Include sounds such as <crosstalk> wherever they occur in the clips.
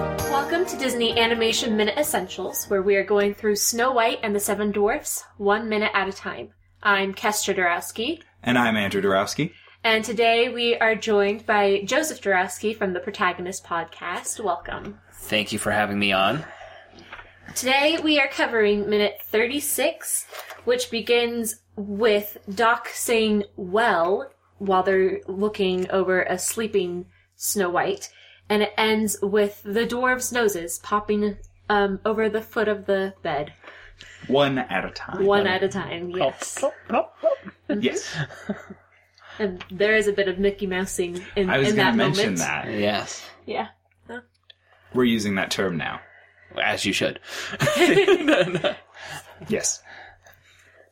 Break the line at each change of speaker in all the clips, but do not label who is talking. Welcome to Disney Animation Minute Essentials, where we are going through Snow White and the Seven Dwarfs one minute at a time. I'm Kestra Dorowski,
And I'm Andrew Dorowski.
and today we are joined by Joseph Dorowski from the Protagonist Podcast. Welcome.
Thank you for having me on.
Today we are covering minute 36, which begins with Doc saying well while they're looking over a sleeping Snow White, and it ends with the dwarves' noses popping um, over the foot of the bed,
One at a time.
one at a time. Yes.
Yes.
<laughs> And there is a bit of Mickey Mousing in,
I was
in
going
that
to mention
moment.
that.
Yes,
Yeah.
We're using that term now.
as you should.
Yes.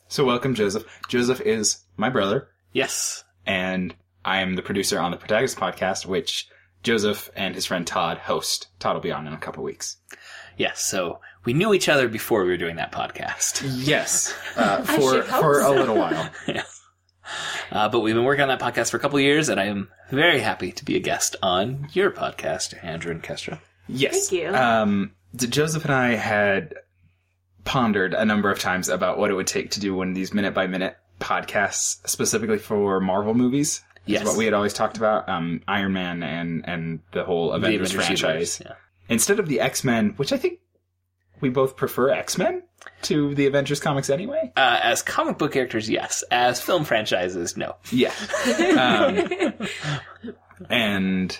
So welcome, Joseph. Joseph is my brother,
yes,
and I am the producer on the Protagonist podcast, which Joseph and his friend Todd host. Todd will be on in a couple weeks.
yes. So we knew each other before we were doing that podcast,
Yes. Uh,
I
for
should hope
for a
so.
little while.
uh, but we've been working on that podcast for a couple years, and I am very happy to be a guest on your podcast, Andrew and Kestra.
Yes.
Thank you.
Um, d- Joseph and I had pondered a number of times about what it would take to do one of these minute by minute podcasts, specifically for Marvel movies. is
Yes.
what we had always talked about um, Iron Man and, and the whole Avengers,
The Avengers
franchise.
universe, yeah.
Instead of the X Men, which I think we both prefer X Men to the Avengers comics anyway.
Uh, as comic book characters, yes. As film franchises, no.
Yeah. Um, and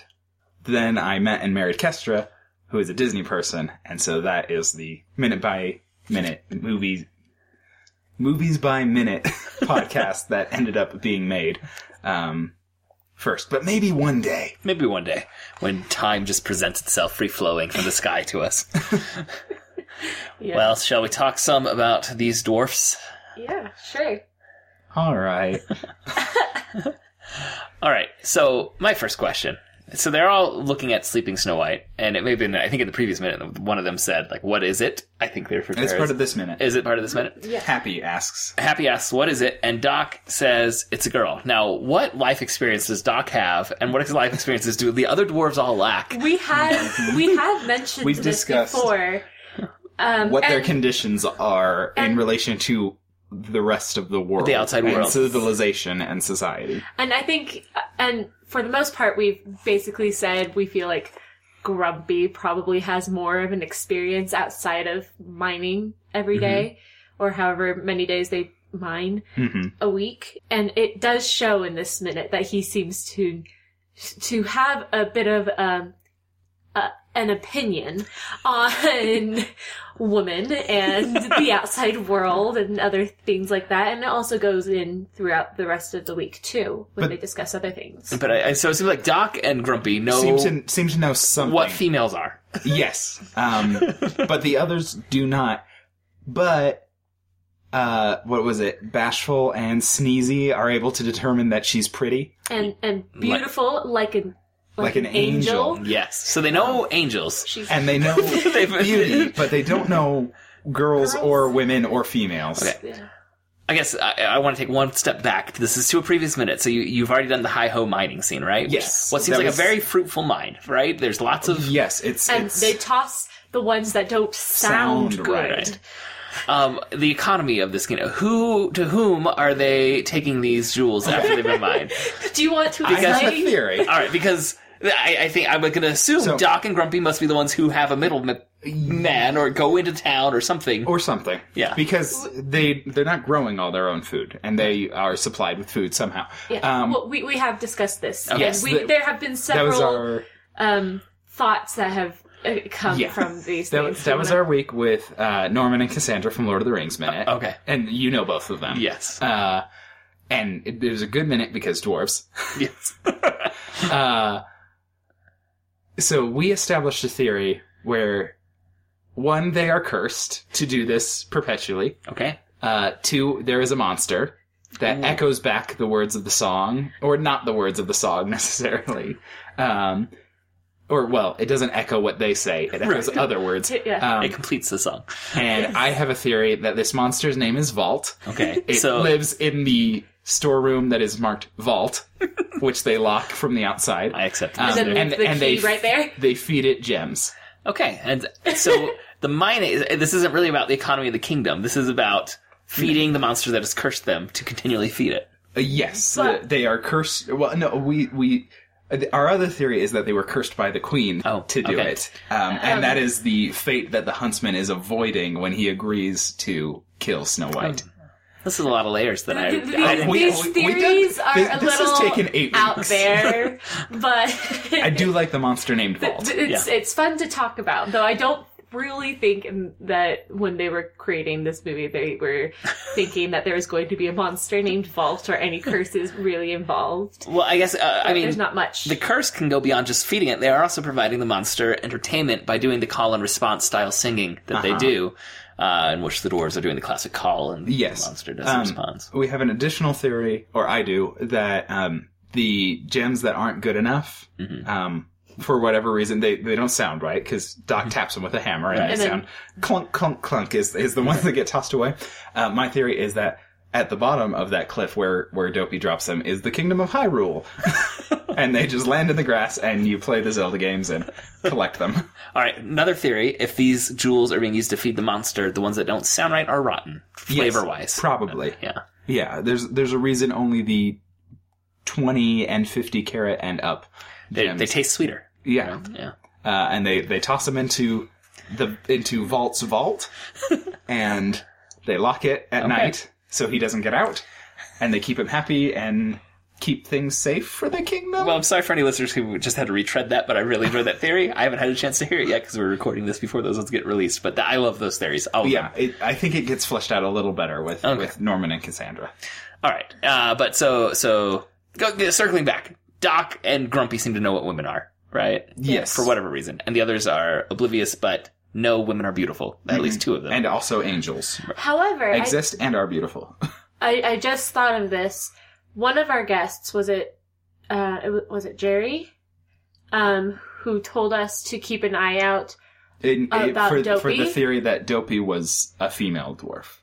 then I met and married Kestra, who is a Disney person, and so that is the minute by minute movies movies by minute <laughs> podcast that ended up being made um, first. But maybe one day.
Maybe one day when time just presents itself free flowing from the sky to us.
yeah.
Well, shall we talk some about these dwarfs?
yeah, sure.
All right.
All right. So my first question. So they're all looking at sleeping Snow White, and it may have been. I think in the previous minute, one of them said, "Like, what is it?" I think they're prepared.
It's part of this minute.
is it part of this minute?
Yeah.
Happy asks.
Happy asks, "What is it?" And Doc says, "It's a girl." Now, what life experience does Doc have, and what life experiences do the other dwarves all lack?
We have we have mentioned
We've
this
discussed
before. Um,
What their
and-
conditions are in
and-
relation to the rest of the world,
The outside
and
world.
civilization, and society.
And I think, and for the most part, we've basically said we feel like Grumpy probably has more of an experience outside of mining
Mm-hmm.
every day, or however many days they mine
Mhm.
a week. And it does show in this minute that he seems to to have a bit of um, uh, an opinion on <laughs> women and the outside world and other things like that. And it also goes in throughout the rest of the week too when
But-
they discuss other things.
But I, I- so it seems like Doc and Grumpy know
Seem to seem to know something.
what females are.
Yes. Um, but the others do not. But, uh, what was it? Bashful and Sneezy are able to determine that she's pretty.
And and beautiful like an like, an, angel.
Yes. So they know angels.
She's
And they
<laughs>
know beauty, but they don't know girls or women or females.
yeah.
I guess I, I want to take one step back. This is to a previous minute, so you, you've already done the high ho mining scene, right? Which-
Yes.
what seems
That
like
was-
a very fruitful mine, right? There's lots of.
Yes, it's,
and
it's
they toss the ones that don't sound,
Sound
good.
right.
Um, the economy of this, you know, who to whom are they taking these jewels after they've
<laughs>
been mined?
Do you want to
I have a
explain?
theory.
All right, because I, I think I'm going to assume
So-
Doc and Grumpy must be the ones who have a middleman or go into town or something.
Or something.
Yeah.
Because they, they're not growing all their own food, and they are supplied with food somehow.
Yeah. well, we, we have discussed this. Yes, we,
that-
there have been
Um, that
several
was our.
um, thoughts that have uh, come
Yeah.
from these
That,
things.
that was our week with uh, Norman and Cassandra from Lord of the Rings minute.
Uh, okay.
and you know both of them. <laughs>
Yes.
Uh, and it, it was a good minute because
<laughs>
dwarves.
yes.
Uh, so we established a theory where one, they are cursed to do this perpetually.
okay.
Uh, two, there is a monster that echoes back the words of the song, or not the words of the song <laughs> necessarily. Um, or well, it doesn't echo what they say; it echoes
Right.
other words.
Yeah.
Um,
It completes the song.
and I have a theory that this monster's name is Vault.
Okay.
It
so
lives in the storeroom that is marked
<laughs>
Vault, which they lock from the outside.
I accept
Um,
this.
And then the key
they, f-
right there?
They feed it gems.
Okay, and
<laughs>
so the mine. Is, this isn't really about the economy of the kingdom. This is about feeding the monster that has cursed them to continually feed it.
Uh, yes,
But-
uh, they are cursed. Well, no, we we. uh, th- Our other theory is that they were cursed by the queen
Oh,
to do
okay.
it, um, and that is the fate that the huntsman is avoiding when he agrees to kill
Um,
Snow White.
This is a lot of layers that I. I
These,
didn't-
we-
these
we- we did-
theories are
this-
a
this has
little
taken eight
out
<laughs> weeks.
there, but
I do like the monster named Vault.
<laughs> it's
Yeah.
it's fun to talk about. Though I don't really think in- that when they were creating this movie, they
<laughs>
were thinking that there was going to be a monster named Vault or any curses really involved.
well, I guess uh, I mean
There's not much.
the curse can go beyond just feeding it. They are also providing the monster entertainment by doing the call and response style singing that they
Uh-huh.
do, uh, in which the dwarves are doing the classic call and
Yes.
the monster does
Um,
not responds.
We have an additional theory, or I do, that um, the gems that aren't good enough,
Mm-hmm.
um, for whatever reason, they, they don't sound right because
Mm-hmm.
Doc taps them with a hammer and,
And
they
then-
sound clunk, clunk, clunk is, is the ones that get tossed away. Uh, my theory is that at the bottom of that cliff where, where Dopey drops them is the Kingdom of
<laughs>
Hyrule. and they just land in the grass and you play the Zelda games and collect
<laughs>
them.
All right, another theory: if these jewels are being used to feed the monster, the ones that don't sound right are rotten, flavor wise.
Probably.
yeah.
Yeah, there's there's a reason only the twenty and fifty carat and up.
They,
gems-
they taste sweeter.
yeah,
Yeah.
uh, and they they toss them into the into Vault's
<laughs>
vault, and they lock it at night so he doesn't get out, and they keep him happy and keep things safe for the kingdom.
Well, I'm sorry for any listeners who just had to retread that, but I really enjoyed that theory. I haven't had a chance to hear it yet because we're recording this before those ones get released. But th- I love those theories. All of
yeah,
them.
it, I think it gets fleshed out a little better with
Okay.
with Norman and Cassandra.
All right. Uh, but so so go, circling back, Doc and Grumpy seem to know what women are, right?
Yes.
For whatever reason, and the others are oblivious, but no women are beautiful. At least two of them.
Mm-hmm. And also angels
However, I,
exist and are beautiful. <laughs>
I I just thought of this. One of our guests was it, uh, it wa- was it Jerry, um, who told us to keep an eye out.
In,
Oh,
About
for, for
Dopey?
the theory that Dopey was a female dwarf.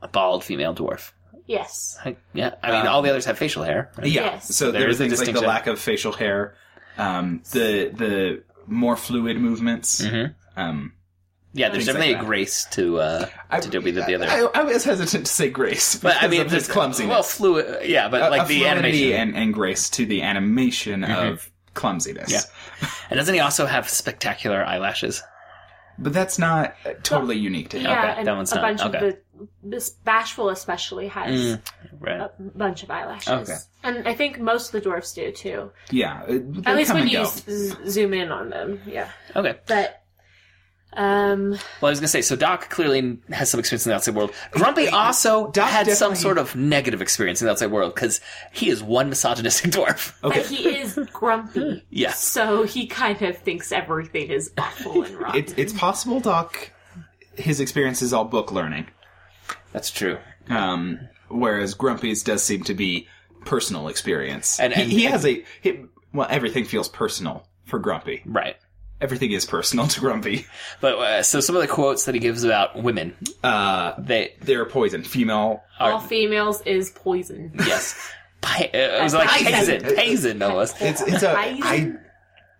a bald female dwarf.
Yes.
I- yeah. I mean,
Um,
all the others have facial hair. right?
Yeah.
Yes.
So
There
there are
is a
things like the
distinction.
lack of facial hair, um, the the more fluid movements.
Mhm.
Um,
Yeah, there's
Things
definitely
like
a
that.
grace to uh,
I,
to Dobie that the other.
I, I was hesitant to say grace,
but
<laughs>
I mean,
of his
there's-
clumsiness.
Well, fluid. Yeah, but
A-
like
a
the
fluidity
animation. Mm-hmm.
and, and grace to the animation of clumsiness.
Yeah. and doesn't he also have spectacular eyelashes?
But that's not uh, totally unique to him.
Yeah,
Okay,
and
that one's
a
not-
bunch
okay.
of the this bashful especially has
Mm. Right.
a bunch of eyelashes.
Okay.
And I think most of the dwarfs do too.
Yeah. uh, they
At least
come
when
and
you
go.
s- z- zoom in on them. Yeah.
Oh.
Okay.
But um
Well, I was gonna say, so Doc clearly has some experience in the outside world. Grumpy also
Doc
had some
definitely-
sort of negative experience in the outside world because he is one misogynistic <laughs> dwarf.
but he
<laughs>
is grumpy.
Yeah.
So he kind of thinks everything is awful
<laughs>
and wrong.
It's it's possible Doc, his experience is all book learning,
That's true.
um, whereas Grumpy's does seem to be personal experience.
And-
he,
and-
he has a he, well, everything feels personal for Grumpy.
Right.
everything is personal <laughs> to Grumpy.
But uh, so some of the quotes that he gives about women,
Uh,
they
they're poison, female.
All females is poison.
yes,
<laughs>
Pi- uh, it was like
Poison.
Paisin, Paisin almost.
It's it's a
Poison?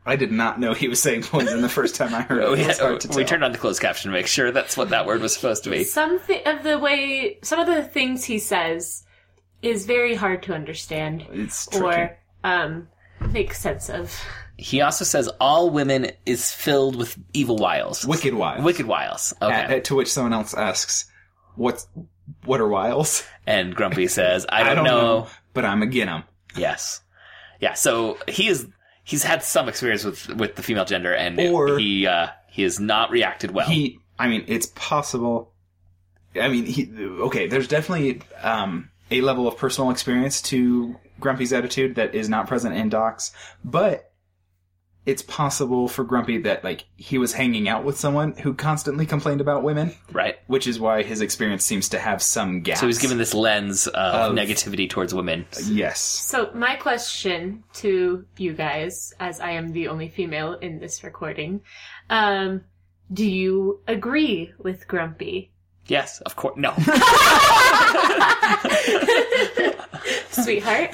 I I did not know he was saying poison the first time I heard
<laughs>
it.
<laughs> We,
It was hard to
Oh, we
tell.
turned on the closed caption to make sure that's what that word was supposed to be.
Some thi- of the way some of the things he says is very hard to understand
It's tricky.
or um make sense of.
He also says all women is filled with evil wiles.
Wicked wiles.
Wicked wiles. Okay.
Uh, to which someone else asks, "What's what are wiles?"
and Grumpy says, I don't, know.
but I'm again them.
Yes. Yeah, so he is he's had some experience with with the female gender and it-
Or-
he uh he has not reacted well.
He, I mean, it's possible. I mean, he okay. There's definitely um, a level of personal experience to Grumpy's attitude that is not present in Doc's, but it's possible for Grumpy that like he was hanging out with someone who constantly complained about women,
right.
which is why his experience seems to have some gaps.
So he's given this lens of,
Of-
negativity towards women.
yes.
So my question to you guys, as I am the only female in this recording, um, do you agree with Grumpy? <laughs>
Yes, of course. No. <laughs>
Sweetheart?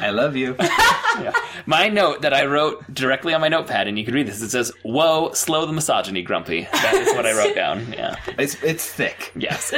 I love you.
Yeah. My note that I wrote directly on my notepad, and you could read this. It says, "Whoa, slow the misogyny, Grumpy." That is what I wrote down. Yeah.
It's it's thick.
Yes.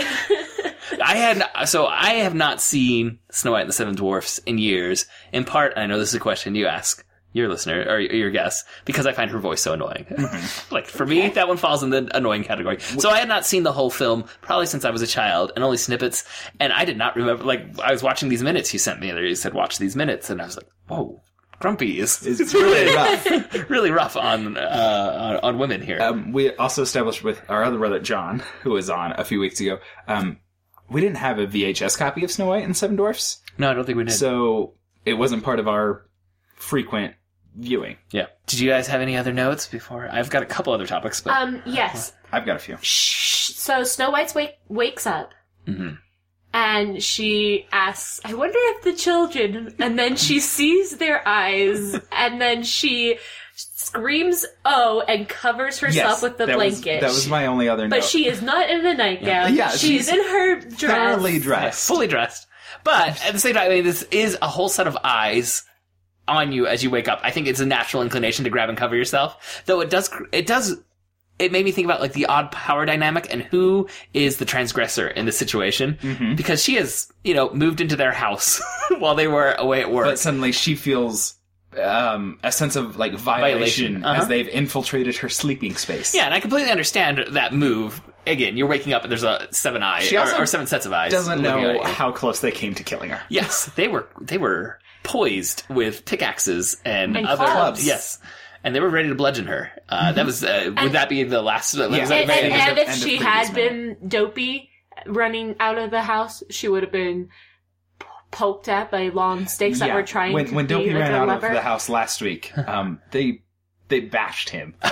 I had so I have not seen Snow White and the Seven Dwarfs in years. In part, I know this is a question you ask your listener or your guest because I find her voice so annoying. <laughs> like for me, that one falls in the annoying category. So I had not seen the whole film probably since I was a child and only snippets. And I did not remember. Like I was watching these minutes you sent me. You said watch these minutes, and I was like, whoa. Grumpy is,
It's really rough.
<laughs> really rough on uh, on on women here.
Um, we also established with our other brother John, who was on a few weeks ago. Um, we didn't have a VHS copy of Snow White and the Seven Dwarfs,
no, I don't think we did.
so it wasn't part of our frequent viewing.
yeah. Did you guys have any other notes before? I've got a couple other topics, but
Um, yes.
I've got a few.
Shh. So Snow White's wake wakes up.
mm-hmm.
And she asks, I wonder if the children, and then she sees their eyes, and then she screams, oh, and covers herself with the
that was-
blanket.
that was my only other
but
note.
she is not in a nightgown.
Yeah,
she's,
she's
in her dress.
Thoroughly dressed.
fully dressed. But at the same time, I mean, this is a whole set of eyes on you as you wake up. I think it's a natural inclination to grab and cover yourself. Though it does, cr- it does, it made me think about like the odd power dynamic and who is the transgressor in this situation
Mm-hmm.
because she has, you know, moved into their house <laughs> while they were away at work.
but suddenly she feels um, a sense of like violation,
Violation, uh-huh.
as they've infiltrated her sleeping space.
yeah, and I completely understand that move. Again, you're waking up and there's a seven eye
She
or-
also
or, seven sets of eyes.
doesn't
looking
know
at you.
how close they came to killing her.
Yes, they were they were poised with pickaxes and,
And
other
clubs. Mm-hmm.
Yes, and they were ready to bludgeon her. Uh, that was uh, would that be the last? that was
Yeah.
that
And,
the very
and,
Right,
end
and
of-
if
and the
she
previous
had been dopey running out of the house, she would have been p- poked at by long stakes that
Yeah.
were trying
when
to
when
be
Dopey
like
ran
a
out
lever.
of the house last
<laughs>
week, um, they they bashed him,
<laughs>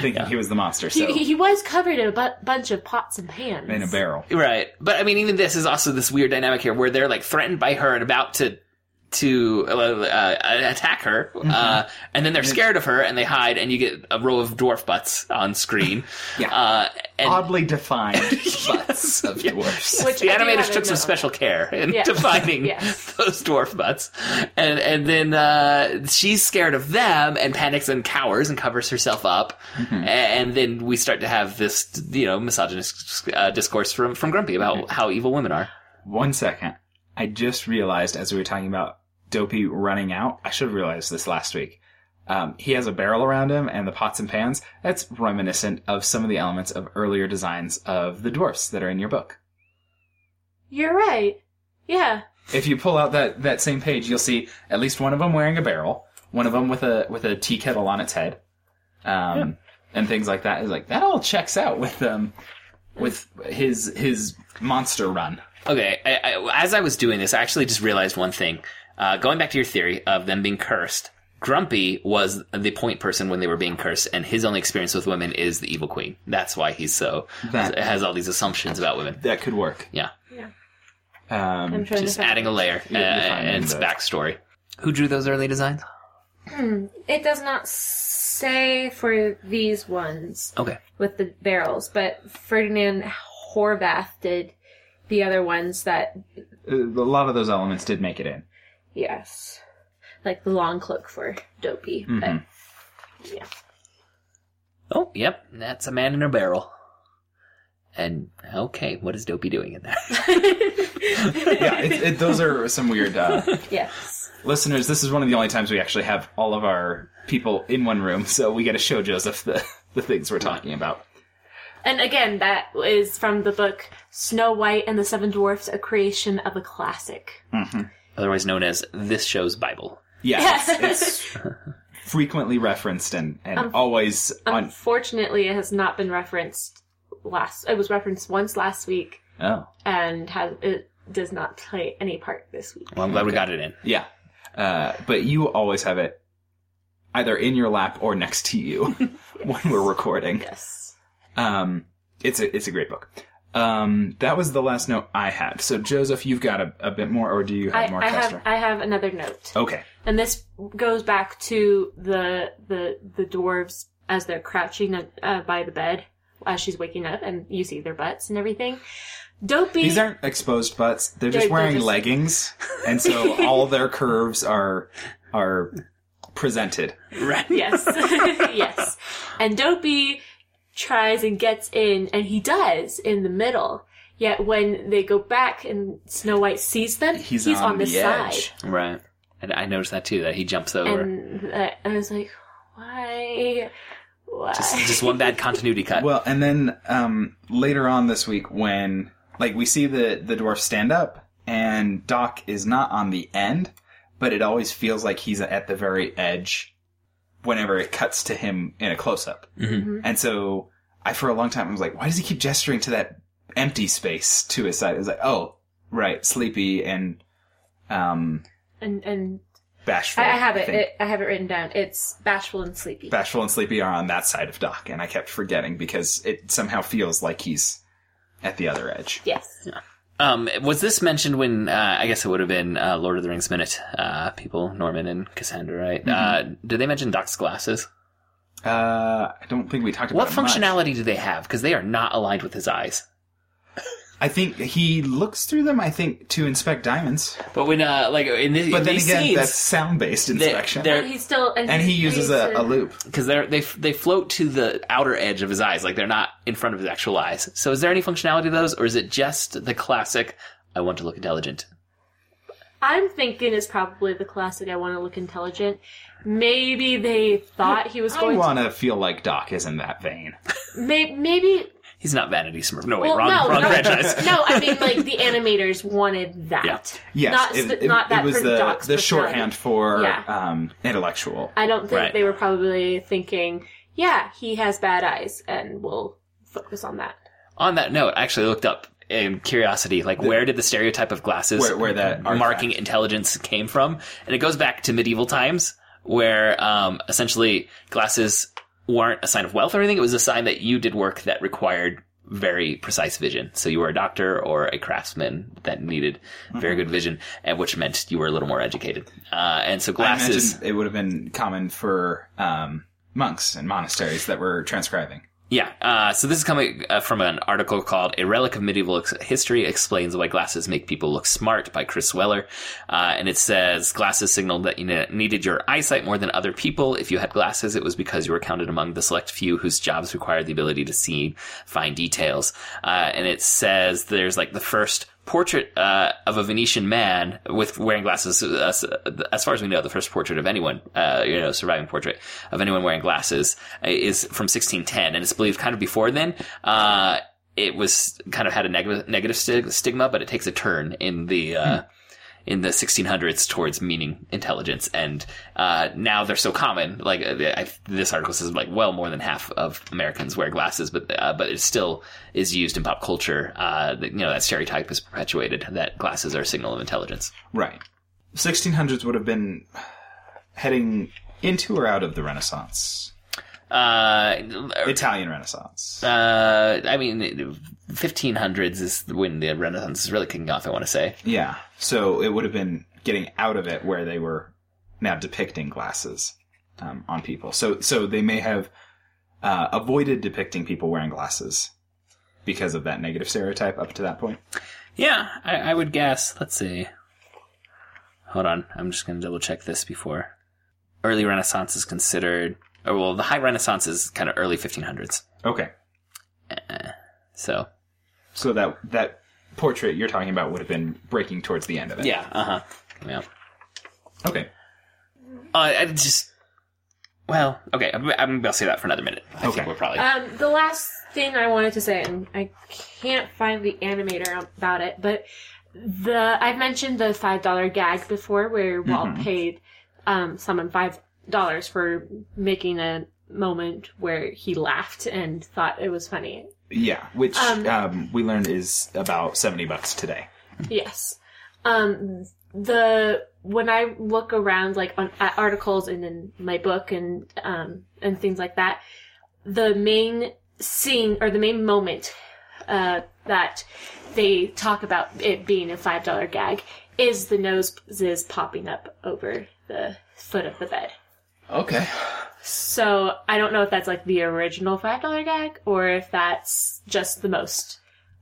thinking he was the monster. So
he, he- he was covered in a bu- bunch of pots and pans.
in a barrel.
right, but I mean, even this is also this weird dynamic here where they're like threatened by her and about to to uh, uh, attack her, uh,
Mm-hmm.
and then they're scared of her and they hide, and you get a row of dwarf butts
<laughs>
on screen.
Yeah.
uh, and
Oddly
<laughs>
defined butts of dwarfs.
Which
the
I do
animators
wanna
took some
know.
special care in
Yeah.
<laughs> defining
Yes.
those dwarf butts, and and then uh, she's scared of them and panics and cowers and covers herself up, A- and then we start to have this you know misogynist uh, discourse from from Grumpy about how evil women are.
One second. I just realized as we were talking about Dopey running out, I should have realized this last week. Um, he has a barrel around him and the pots and pans. That's reminiscent of some of the elements of earlier designs of the dwarfs that are in your book.
You're right. Yeah.
If you pull out that, that same page, you'll see at least one of them wearing a barrel, one of them with a with a tea kettle on its head, um, and things like that. It's like that all checks out with um with his his monster run.
Okay, I, I, as I was doing this, I actually just realized one thing. Uh, going back to your theory of them being cursed, Grumpy was the point person when they were being cursed, and his only experience with women is the evil queen. That's why he's so
That-
has all these assumptions about women.
That could work.
Yeah.
Um,
I'm trying
just
to find-
adding a layer uh,
You're- you're fine,
and its
but-
backstory. Who drew those early designs?
It does not say for these ones
Okay,
with the barrels, but Ferdinand Horvath did the other ones that,
Uh, a lot of those elements did make it in.
yes, like the long cloak for Dopey.
Mm-hmm.
But
Oh, yep. That's a man in a barrel. And okay, what is Dopey doing in there? <laughs>
<laughs>
yeah, it, it, those are some weird uh,
yes,
listeners. This is one of the only times we actually have all of our people in one room, so we get to show Joseph the the things we're talking about.
And again, that is from the book Snow White and the Seven Dwarfs, a creation of a classic.
Otherwise known as this show's Bible.
Mm-hmm. Yeah, it's, it's frequently referenced and and always
um,
on.
Unfortunately, it has not been referenced last. It was referenced once last week,
Oh,
and has it does not play any part this week.
Well, I'm glad we got it in.
yeah, uh, but you always have it either in your lap or next to you <laughs> when we're recording.
Yes.
Um, it's a it's a great book. Um, that was the last note I had. So Joseph, you've got a, a bit more, or do you have
I,
more? Oh.
I have
Kester?
I have another note.
Okay.
And this goes back to the the the dwarves as they're crouching uh, by the bed as she's waking up, and you see their butts and everything. Don't be.
These aren't exposed butts. They're just
They're- they're
wearing
just-
leggings, and so all their curves are are presented.
<laughs> Right.
yes, <laughs> yes. And Dopey tries and gets in, and he does in the middle. Yet when they go back and Snow White sees them,
He's
he's,
on
on, the,
the
side.
edge.
Right. And I noticed that too, that he jumps over.
And uh, I was like, why? Why? <laughs>
just, just one bad continuity cut.
Well, and then um, later on this week, when like we see the the dwarf stand up, and Doc is not on the end, but it always feels like he's at the very edge. Whenever it cuts to him in a close up,
Mhm.
and so I for a long time I was like, why does he keep gesturing to that empty space to his side? It was like, oh, right, sleepy and um
and and
bashful.
I, I have it.
think.
it. I have it written down. It's bashful and sleepy.
Bashful and Sleepy are on that side of Doc, and I kept forgetting because it somehow feels like he's at the other edge.
yes,
Um, was this mentioned when, uh, I guess it would have been, uh, Lord of the Rings Minute, uh, people, Norman and Cassandra, right? Uh, did they mention Doc's glasses?
Uh, I don't think we talked about
What
it much.
functionality do they have? Because they are not aligned with his eyes.
I think he looks through them. I think to inspect diamonds,
But when, uh, like in, the,
but then
these
again,
scenes,
that's sound-based inspection,
they're-
and he's still and,
and he uses a, a loop.
because they're they f- they float to the outer edge of his eyes, like they're not in front of his actual eyes. So, is there any functionality to those, or is it just the classic? I want to look intelligent.
I'm thinking it's probably the classic. I want to look intelligent. Maybe they thought he was
I
going.
want to feel like Doc is in that vein.
to, may, maybe
He's not Vanity Smurf. No, wait,
Well,
wrong,
no,
wrong
no. <laughs>
franchise.
no. I mean, like
<laughs>
the animators wanted that.
Yeah.
Yes,
not,
it,
sp-
it-
not that
it was
for
the
Doc's
the
personality.
shorthand for
Yeah.
um, intellectual.
I don't think
Right.
they were probably thinking, yeah, he has bad eyes, and we'll focus on that.
On that note, I actually looked up in curiosity, like where did the stereotype of glasses,
Where- where that
marking
artifact-
intelligence came from, and it goes back to medieval times, where um, essentially glasses weren't a sign of wealth or anything. It was a sign that you did work that required very precise vision. So you were a doctor or a craftsman that needed very
Mm-hmm.
good vision, and which meant you were a little more educated. Uh, and so
I
glasses.
imagine it would have been common for um, monks and monasteries that were transcribing.
Yeah, uh, so this is coming uh, from an article called A Relic of Medieval Ex- History Explains Why Glasses Make People Look Smart by Chris Weller. Uh, and it says glasses signaled that you ne- needed your eyesight more than other people. If you had glasses, it was because you were counted among the select few whose jobs required the ability to see fine details. Uh, and it says there's like the first portrait uh, of a Venetian man with wearing glasses. Uh, as far as we know, the first portrait of anyone, uh, you know, surviving portrait of anyone wearing glasses uh, is from 1610, and it's believed kind of before then. Uh, it was kind of had a neg- negative stig- stigma, but it takes a turn in the. Uh, in the 1600s towards meaning intelligence and uh, now they're so common like uh, I, this article says like well more than half of americans wear glasses but uh, but it still is used in pop culture uh, that, you know that stereotype is perpetuated that glasses are a signal of intelligence
Right. 1600s would have been heading into or out of the Renaissance,
uh,
Italian Renaissance.
uh, i mean 1500s is when the renaissance is really kicking off i want to say
yeah. So it would have been getting out of it where they were now depicting glasses um, on people. So so they may have uh, avoided depicting people wearing glasses because of that negative stereotype up to that point.
yeah i, I would guess let's see hold on i'm just going to double check this before early renaissance is considered or well the high renaissance is kind of early 1500s
Okay.
so
So that that portrait you're talking about would have been breaking towards the end of it.
yeah uh-huh yeah
Okay.
uh, i just well okay i'm, I'm going to say that for another minute i
Okay.
think we're probably
Uh,
Um, the last thing I wanted to say, and I can't find the animator about it, but
The I've mentioned the five dollar gag before, where Walt paid um, someone five dollars for making a moment where he laughed and thought it was funny.
Yeah, which um,
Um,
we learned is about seventy bucks today.
Yes. Um, the when I look around like on at articles and in my book and um and things like that, the main scene or the main moment uh, that they talk about it being a five dollar gag is the noses popping up over the foot of the bed.
Okay.
So I don't know if that's like the original five dollar gag or if that's just the most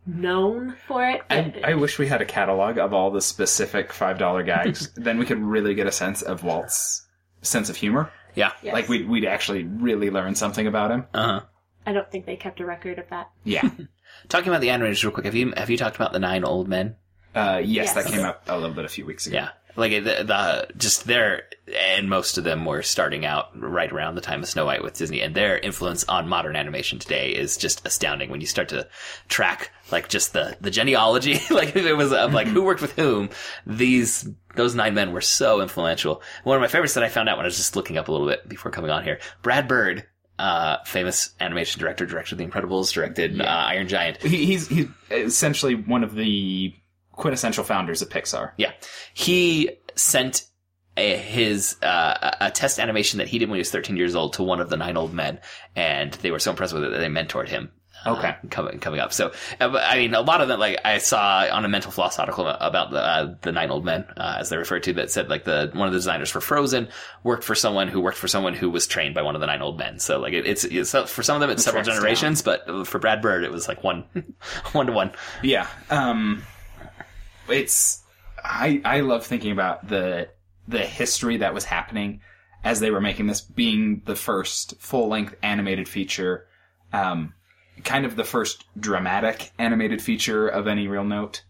known for it.
I,
but-
I wish we had a catalog of all the specific five dollar <laughs> gags. then we could really get a sense of Walt's sense of humor.
Yeah.
Yes.
Like we'd we'd actually really learn something about him.
Uh huh.
I don't think they kept a record of that.
Yeah.
Talking about the animators real quick. Have you have you talked about the nine old men?
<laughs> Uh, yes, that
Yes.
came up a little bit a few weeks ago.
Yeah. Like the, the just their and most of them were starting out right around the time of Snow White with Disney, and their influence on modern animation today is just astounding. When you start to track like just the the genealogy, <laughs> like if it was of like who worked with whom, these those nine men were so influential. One of my favorites that I found out when I was just looking up a little bit before coming on here, Brad Bird. Uh, famous animation director, director of The Incredibles, directed uh, Iron Giant.
He, he's he's essentially one of the quintessential founders of Pixar.
Yeah. He sent a, his uh, a a test animation that he did when he was 13 years old to one of the nine old men, and they were so impressed with it that they mentored him. uh,
Okay.
coming coming up. So, uh, but, I mean, a lot of that, like I saw on a Mental Floss article about the uh, the nine old men, uh, as they referred to, that said like the one of the designers for Frozen worked for someone who worked for someone who was trained by one of the nine old men. So, like it, it's, it's uh, for some of them it's several
tracks down.
generations, but for Brad Bird it was like one <laughs> one to one.
Yeah. Um, it's I I love thinking about the the history that was happening as they were making this being the first full length animated feature, um, kind of the first dramatic animated feature of any real note.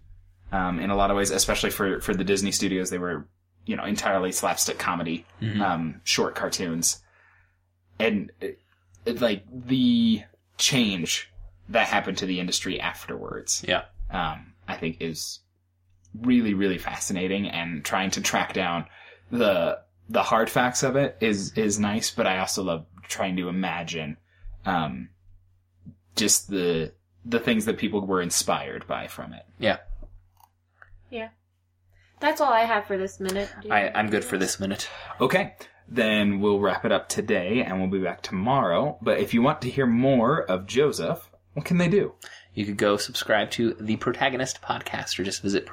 Um, in a lot of ways, especially for for the Disney studios, they were you know entirely slapstick comedy, um, short cartoons, and it, it, like the change that happened to the industry afterwards
Yeah.
um, I think is really, really fascinating. And trying to track down the the hard facts of it is is nice, but I also love trying to imagine um, just the the things that people were inspired by from it.
Yeah.
That's all I have for this minute. Do you-
I, I'm good for this minute.
Okay. Then we'll wrap it up today and we'll be back tomorrow. But if you want to hear more of Joseph, what can they do?
You could go subscribe to the Protagonist Podcast or just visit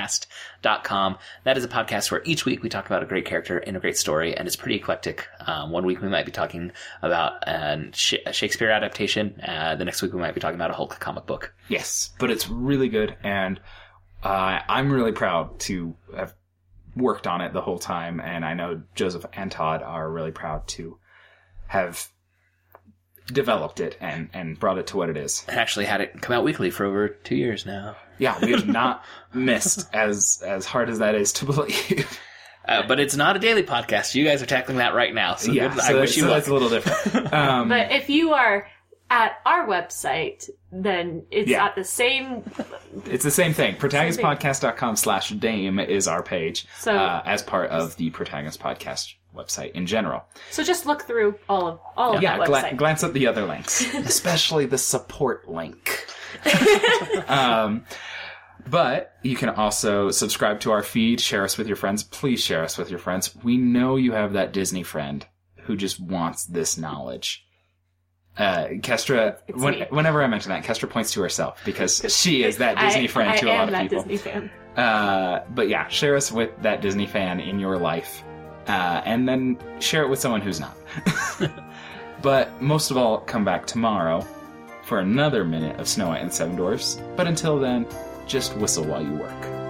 protagonistpodcast.com. That is a podcast where each week we talk about a great character and a great story, and it's pretty eclectic. Um, one week we might be talking about an Sh- a Shakespeare adaptation. Uh, the next week we might be talking about a Hulk comic book.
Yes, but it's really good, and uh, I'm really proud to have worked on it the whole time. And I know Joseph and Todd are really proud to have developed it and, and brought it to what it is.
And actually had it come out weekly for over two years now.
Yeah, we have
<laughs>
not missed as as hard as that is to believe.
Uh, but it's not a daily podcast. You guys are tackling that right now. So
yeah,
good-
so
I wish you
so
luck.
that's a little
<laughs>
different. Um,
But if you are at our website, then it's
Yeah.
at the same.
it's the same thing. Protagonistpodcast.com slash dame is our page
So-
uh, as part of the Protagonist Podcast website in general.
So just look through all of all of
yeah,
that
gla-
Oh, website.
glance at the
<laughs>
other links, especially the support link. um, but you can also subscribe to our feed, share us with your friends. Please share us with your friends. We know you have that Disney friend who just wants this knowledge. Uh, Kestra, when,
me.
whenever I mention that, Kestra points to herself
<laughs>
because she is that
I-
Disney friend
I
to a
am
lot of
that
people.
Disney fan.
Uh, but yeah, share us with that Disney fan in your life, uh, and then share it with someone who's not. <laughs> but most of all, come back tomorrow for another minute of Snow White and the Seven Dwarfs. But until then, just whistle while you work.